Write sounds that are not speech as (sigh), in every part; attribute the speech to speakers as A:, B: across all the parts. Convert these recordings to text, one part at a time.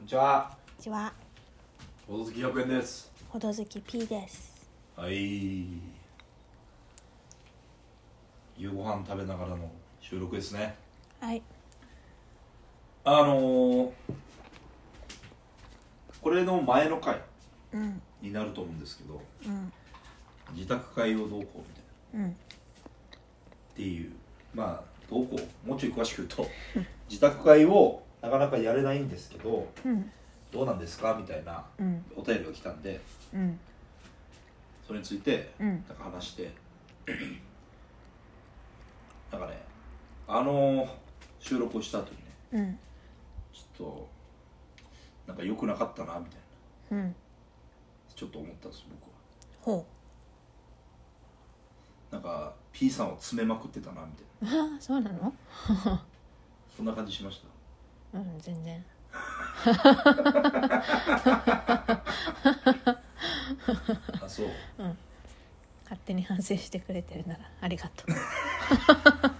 A: んにちは。
B: こんにちは、
A: ほどずき100円です。
B: ほどずき P です。
A: はい。夕ご飯食べながらの収録ですね。
B: はい、
A: あのー、これの前の回
B: うん、
A: になると思うんですけど、
B: うん、
A: 自宅会をどうこうみたいな。
B: うん、
A: っていうまあどうこうもうちょい詳しく言うと (laughs) 自宅会をなかなかやれないんですけど
B: うん、
A: どうなんですかみたいな
B: うん、
A: お便りが来たんで
B: うん、
A: それについて
B: うん、
A: なんか話して (clears throat) なんかねあの収録をした後にね
B: うん、
A: ちょっとなんか良くなかったなみたいな
B: うん、
A: ちょっと思ったんです僕は
B: ほ。
A: なんか P さんを詰めまくってたなみたいうな
B: ああ、そうなの？
A: そんな感じしました
B: うん、全然。 (laughs)
A: あそう
B: 勝手に反省してくれてるならありがとう。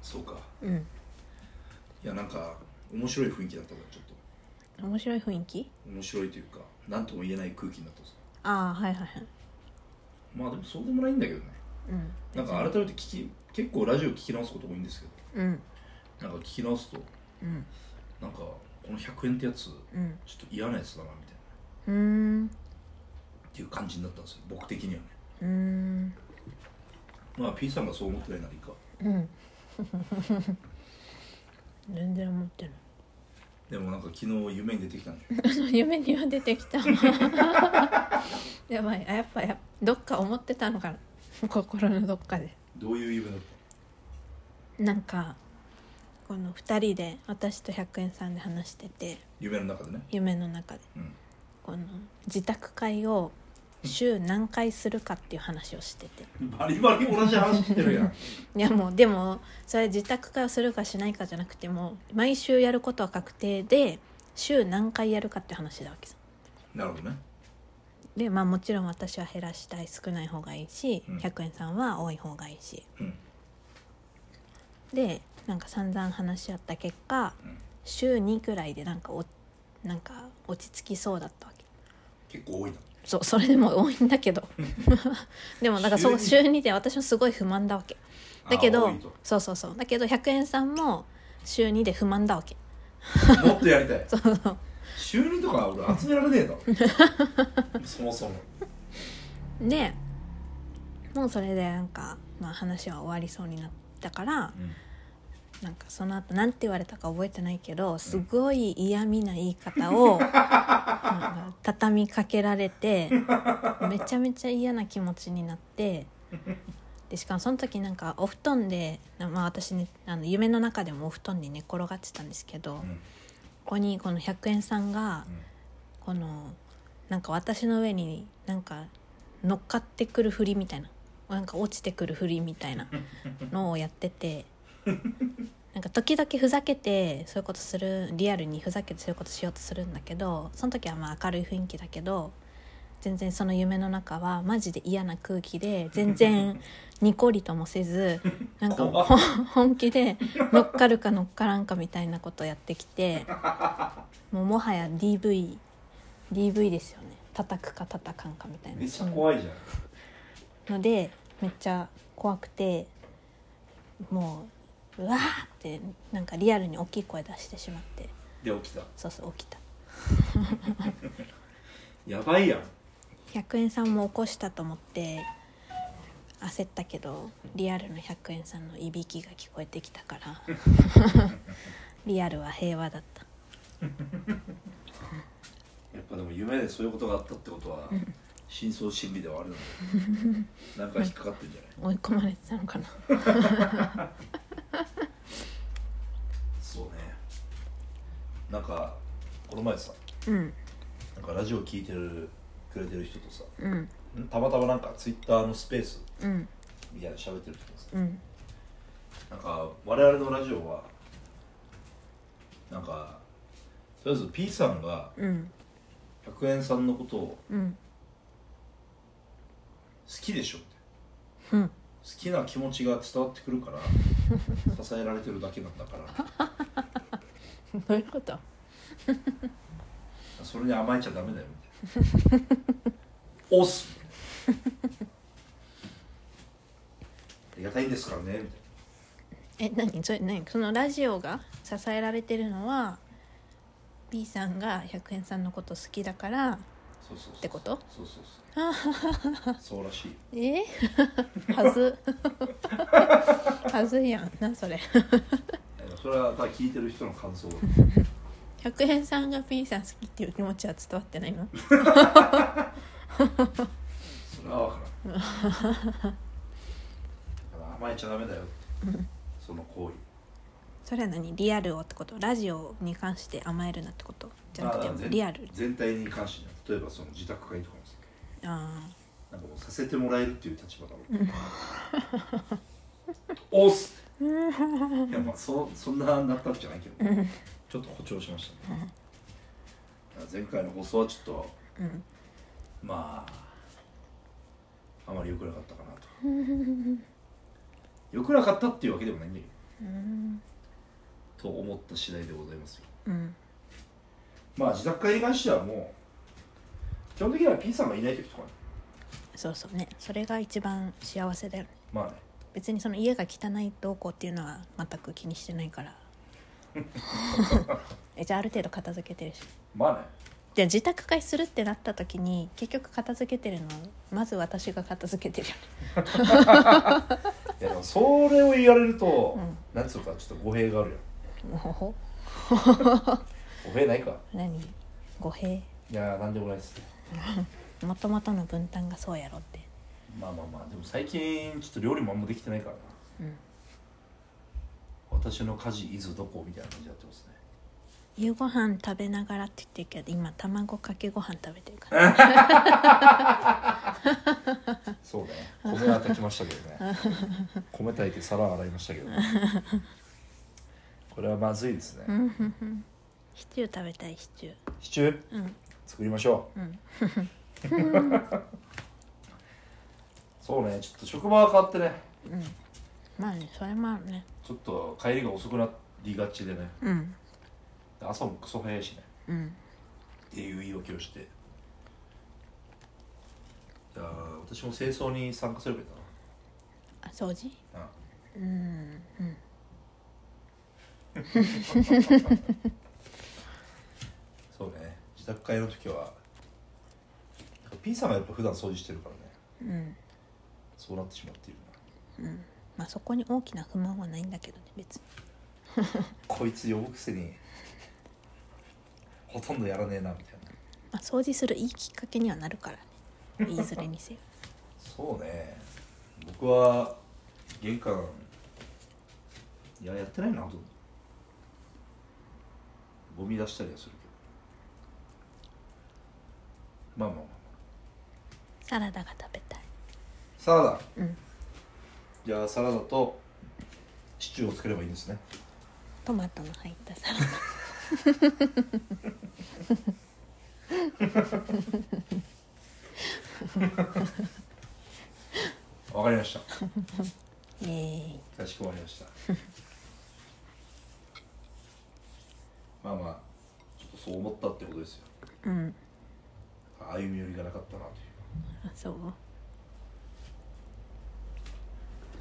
A: そうか
B: うん、
A: いやなんか面白い雰囲気だったからちょっと
B: 面白い雰囲気？
A: 面白いというか何とも言えない空気になったんですよ
B: ああ、はいはいはい。
A: まあでもそうでもないんだけどね
B: うん、
A: なんか改めて聞き結構ラジオ聞き直すこと多いんですけ
B: うん、
A: どなんか聞き直すと
B: うん、
A: なんかこの100円ってやつちょ
B: うん、
A: っと嫌なやつだなみたいな
B: うーん、
A: っていう感じになったんですよ僕的にはね
B: うーん、
A: まあ P さんがそう思ってないならいいか
B: うん。全然思ってる。
A: でもなんか昨日夢に出てきたん (laughs) でしょ
B: (laughs) 夢には出てきた (laughs) やばいあやっぱやどっか思ってたのかな心のどっかで
A: どういう夢だった
B: なんかこの2人で私と100円さんで話してて
A: 夢の中でね
B: 夢の中で
A: うん
B: この自宅会を週何回するかっていう話をしてて
A: バリバリ同じ話してるやん
B: いやもうでもそれ自宅会をするかしないかじゃなくてもう毎週やることは確定で週何回やるかって話だわけさ
A: (laughs) なるほどね
B: でまあもちろん私は減らしたい少ない方がいいし、
A: うん
B: 100円さんは多い方がいいし
A: うん
B: でなんか散々話し合った結果
A: うん
B: 週2くらいでなんかおなんか落ち着きそうだったわけ
A: 結構多いな
B: そうそれでも多いんだけど (laughs) でもなんかそう
A: 週
B: 週2で私もすごい不満だわけだけ
A: あ
B: ど
A: 多いと
B: そうそうそうだけど100円さんも週2で不満だわけ
A: もっとやりた (laughs) い
B: そうそう
A: 週2とか俺集められね (laughs) えだろそもそも
B: でもうそれでなんか、まあ、話は終わりそうになったからなんかその後なんて言われたか覚えてないけどすごい嫌味な言い方
A: (laughs)
B: をなんか畳みかけられてめちゃめちゃ嫌な気持ちになってでしかもその時なんかお布団で、まあ、私ねあの夢の中でもお布団に寝転がってたんですけ
A: う
B: ど、
A: んうん
B: ここにこの100円さんが
A: うん
B: このなんか私の上になんか乗っかってくるふりみたいななんか落ちてくるふりみたいなのをやっ
A: (laughs)
B: ててなんか時々ふざけてそういうことするリアルにふざけてそういうことしようとするんだけどその時はまあ明るい雰囲気だけど全然その夢の中はマジで嫌な空気で全然ニコリともせず
A: (laughs)
B: なんか
A: 怖っ
B: ほん本気で乗っかるか乗っからんかみたいなことやってきてもうもはや DV DV ですよね叩くか叩かんかみたいな
A: めっちゃ怖いじゃん
B: のでめっちゃ怖くてもううわーってなんかリアルに大きい声出してしまって
A: で起きた
B: そうそう起きた
A: やばいやん
B: 100円さんも起こしたと思って焦ったけどリアルの100円さんのいびきが聞こえてきたからリアルは平和だった
A: やっぱでも夢でそういうことがあったってことは真相心理ではあるので (laughs) なんか引っかかってんじゃない
B: 追い込まれてたのかな
A: そうねなんかこの前さ
B: うん
A: なんかラジオ聞いてるくれてる人とさ
B: うん
A: たまたまなんかツイッターのスペース
B: うん
A: みたいなの喋ってる人とさ
B: うん
A: なんか我々のラジオはなんかとりあえず P さんが
B: うん
A: 100円さんのことを好
B: うん
A: きでしょって
B: うん
A: きな気持ちが伝わってくるから支えられてるだけなんだから
B: (laughs) どういうこと
A: それに甘えちゃダメだよみた
B: (laughs)
A: いな押すありがたいんですからねみたいな
B: え何それ何そのラジオが支えられてるのは B さんが100円さんのこと好きだから
A: そうそうそう
B: ってこと
A: そうそうそうそうらしい
B: え (laughs) はず (laughs) はずいやんなそれ
A: それはただ聞いてる人の感想
B: 100円さんが B さん好きっていう気持ちは伝わってないの
A: それは分からんだから甘えちゃダメだよってその行為
B: それは何リアルをってことラジオに関して甘えるなってことじゃな
A: まあ
B: くて
A: 全
B: リアル
A: 全体に関してね例えばその自宅会とかもさ
B: あ
A: なんかもうさせてもらえるっていう立場だろう押
B: (laughs)
A: すいやまあそそんななったんじゃないけどちょっと誇張しましたね前回の放送はちょっと
B: あうん
A: まああまり良くなかったかなと
B: (laughs)
A: 良くなかったっていうわけでもないんだけ
B: うん
A: どと思った次第でございますよ
B: うん
A: まあ自宅会に関してはもう基本的には P さんがいない時とかね
B: そうそうねそれが一番幸せだよね
A: まあね
B: 別にその家が汚いどうこうっていうのは全く気にしてないからえじゃあある程度片付けてるし
A: まあね
B: じゃあ自宅会するってなった時に結局片付けてるのはまず私が片付けてるよね
A: いやでもそれを言われると、
B: うん
A: なんつうかちょっと語弊があるよ
B: もほ
A: 語弊ないか
B: 何語弊
A: いやーなんでもないですね
B: もともとの分担がそうやろって
A: まあまあまあでも最近ちょっと料理もあんまできてないからな
B: うん
A: 私の家事いずどこみたいな感じになってますね
B: 夕ご飯食べながらって言ってるけど今卵かけご飯食べてるから
A: そうね米は炊きましたけど
B: (laughs)
A: ね米炊いて皿洗いましたけどねこれはまずいですね、
B: うんふんふんシチュー食べたいシチュー
A: シチュー
B: うん
A: 作りましょう、
B: うん (laughs)
A: そうねちょっと職場が変わってね
B: うんまあねそれもあるね
A: ちょっと帰りが遅くなりがちでね
B: うん
A: 朝もクソ早いしね
B: うん
A: っていう言い訳をしてじゃあ私も清掃に参加すればいいか
B: あ掃除
A: なあ
B: うんうん
A: そうね自宅会の時は P さんがやっぱ普段掃除してるからね
B: うん
A: そうなってしまっているな
B: まあそこに大きな不満はないんだけどね別に
A: こいつ呼ぶくせにほとんどやらねえなみたいな
B: まあ掃除するいいきっかけにはなるからねいずれに (laughs) せよ
A: そうね僕は玄関いややってないなほとんどゴミ出したりはするけどまあまあまあ
B: サラダが食べたい
A: サラダ
B: うん
A: じゃあサラダとシチューを作ればいいんですね
B: トマトの入ったサラ
A: わかりました
B: ダイエーイ
A: かしこまりま (laughs) したまあまあちょっとそう思ったってことですよ
B: うん
A: 歩み寄りがなかったなという
B: あそう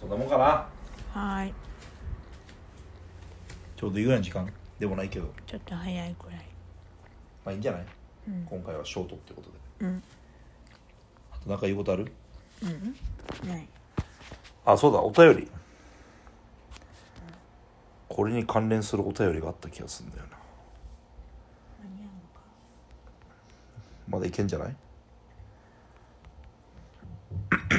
A: そんなもんかな
B: はーい
A: ちょうどいいぐらいの時間でもないけどま
B: ちょっと早いくらい
A: あいいんじゃない
B: うん
A: 今回はショートってことで
B: うん
A: あと何か言うことある
B: ない
A: あそうだお便りこれに関連するお便りがあった気がするんだよな
B: 間に合うのか
A: まだいけんじゃない (coughs)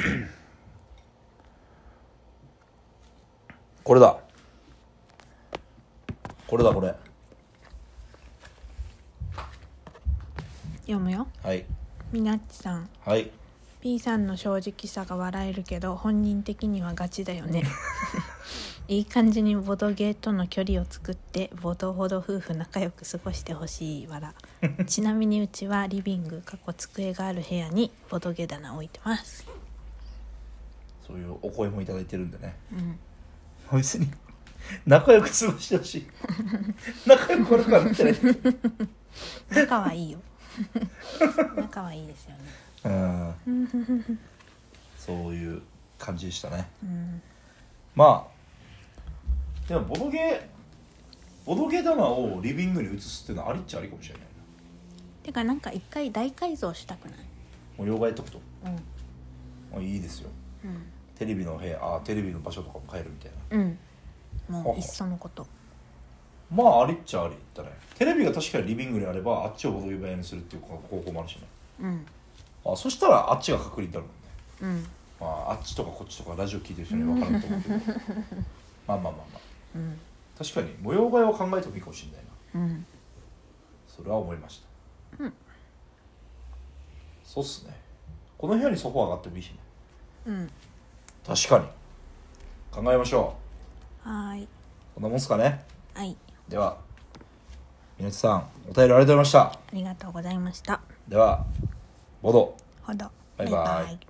A: これだこれだこれ
B: 読むよ
A: はい
B: みなっちさん
A: はい
B: P さんの正直さが笑えるけど本人的にはガチだよ (laughs) ねいい感じにボドゲーとの距離を作ってボドほど夫婦仲良く過ごしてほしいわ (laughs) らちなみにうちはリビング過去机がある部屋にボドゲ棚置いてます
A: そういうお声もいただいてるんでね
B: うん
A: 別に仲良く過ごしてほしい仲良くこれから見てね
B: 仲はいいよ仲はいいですよね
A: うんそういう感じでしたね
B: うん
A: まあでもボドゲボドゲ玉をリビングに移すっていうのはありっちゃありかもしれないな
B: てかなんか一回大改造したくない
A: 模様替えとくと
B: うん
A: あいいですよ
B: うん
A: テレビの部屋あテレビの場所とかも変えるみたいな
B: うんも
A: あ
B: ういっそのこと
A: まあありっちゃありだねテレビが確かにリビングにあればあっちをボドゲ部屋にするっていう方法もあるしね
B: うん
A: あそしたらあっちが確認だろうね
B: うん
A: まああっちとかこっちとかラジオ聞いてる人には分かると思う
B: (laughs)
A: けどまあまあまあまあ
B: うん
A: 確かに模様替えを考えてもいいかもしれないな
B: うん
A: それは思いました
B: うん
A: そうっすねこの部屋にソファーがあってもいいしね
B: うん
A: 確かに考えましょ
B: はーいう
A: こんなもんすかね
B: はい
A: ではみなちさんお便りありがとうございました
B: ありがとうございました
A: ではボド
B: ほど
A: バイバイ
B: イ